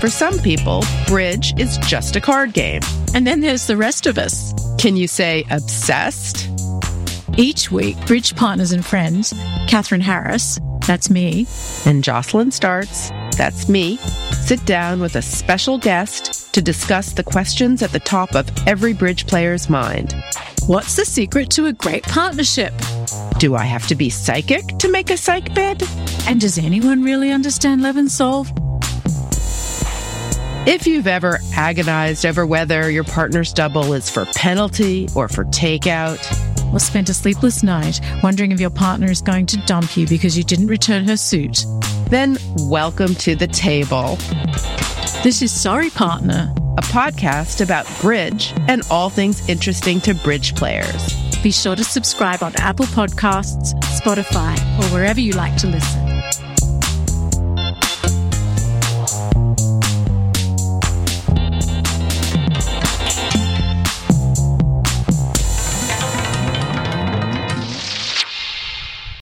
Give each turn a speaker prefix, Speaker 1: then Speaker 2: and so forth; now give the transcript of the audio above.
Speaker 1: For some people, bridge is just a card game.
Speaker 2: And then there's the rest of us.
Speaker 1: Can you say obsessed?
Speaker 2: Each week, Bridge Partners and Friends, Catherine Harris, that's me,
Speaker 1: And Jocelyn starts, that's me, sit down with a special guest to discuss the questions at the top of every bridge player's mind.
Speaker 2: What's the secret to a great partnership?
Speaker 1: Do I have to be psychic to make a psych bid?
Speaker 2: And does anyone really understand Love and Solve?
Speaker 1: If you've ever agonized over whether your partner's double is for penalty or for takeout,
Speaker 2: Or spent a sleepless night wondering if your partner is going to dump you because you didn't return her suit?
Speaker 1: then welcome to the table,
Speaker 2: This is Sorry Partner.
Speaker 1: a podcast about bridge and all things interesting to bridge players.
Speaker 2: Be sure to subscribe on Apple Podcasts, Spotify, or wherever you like to listen.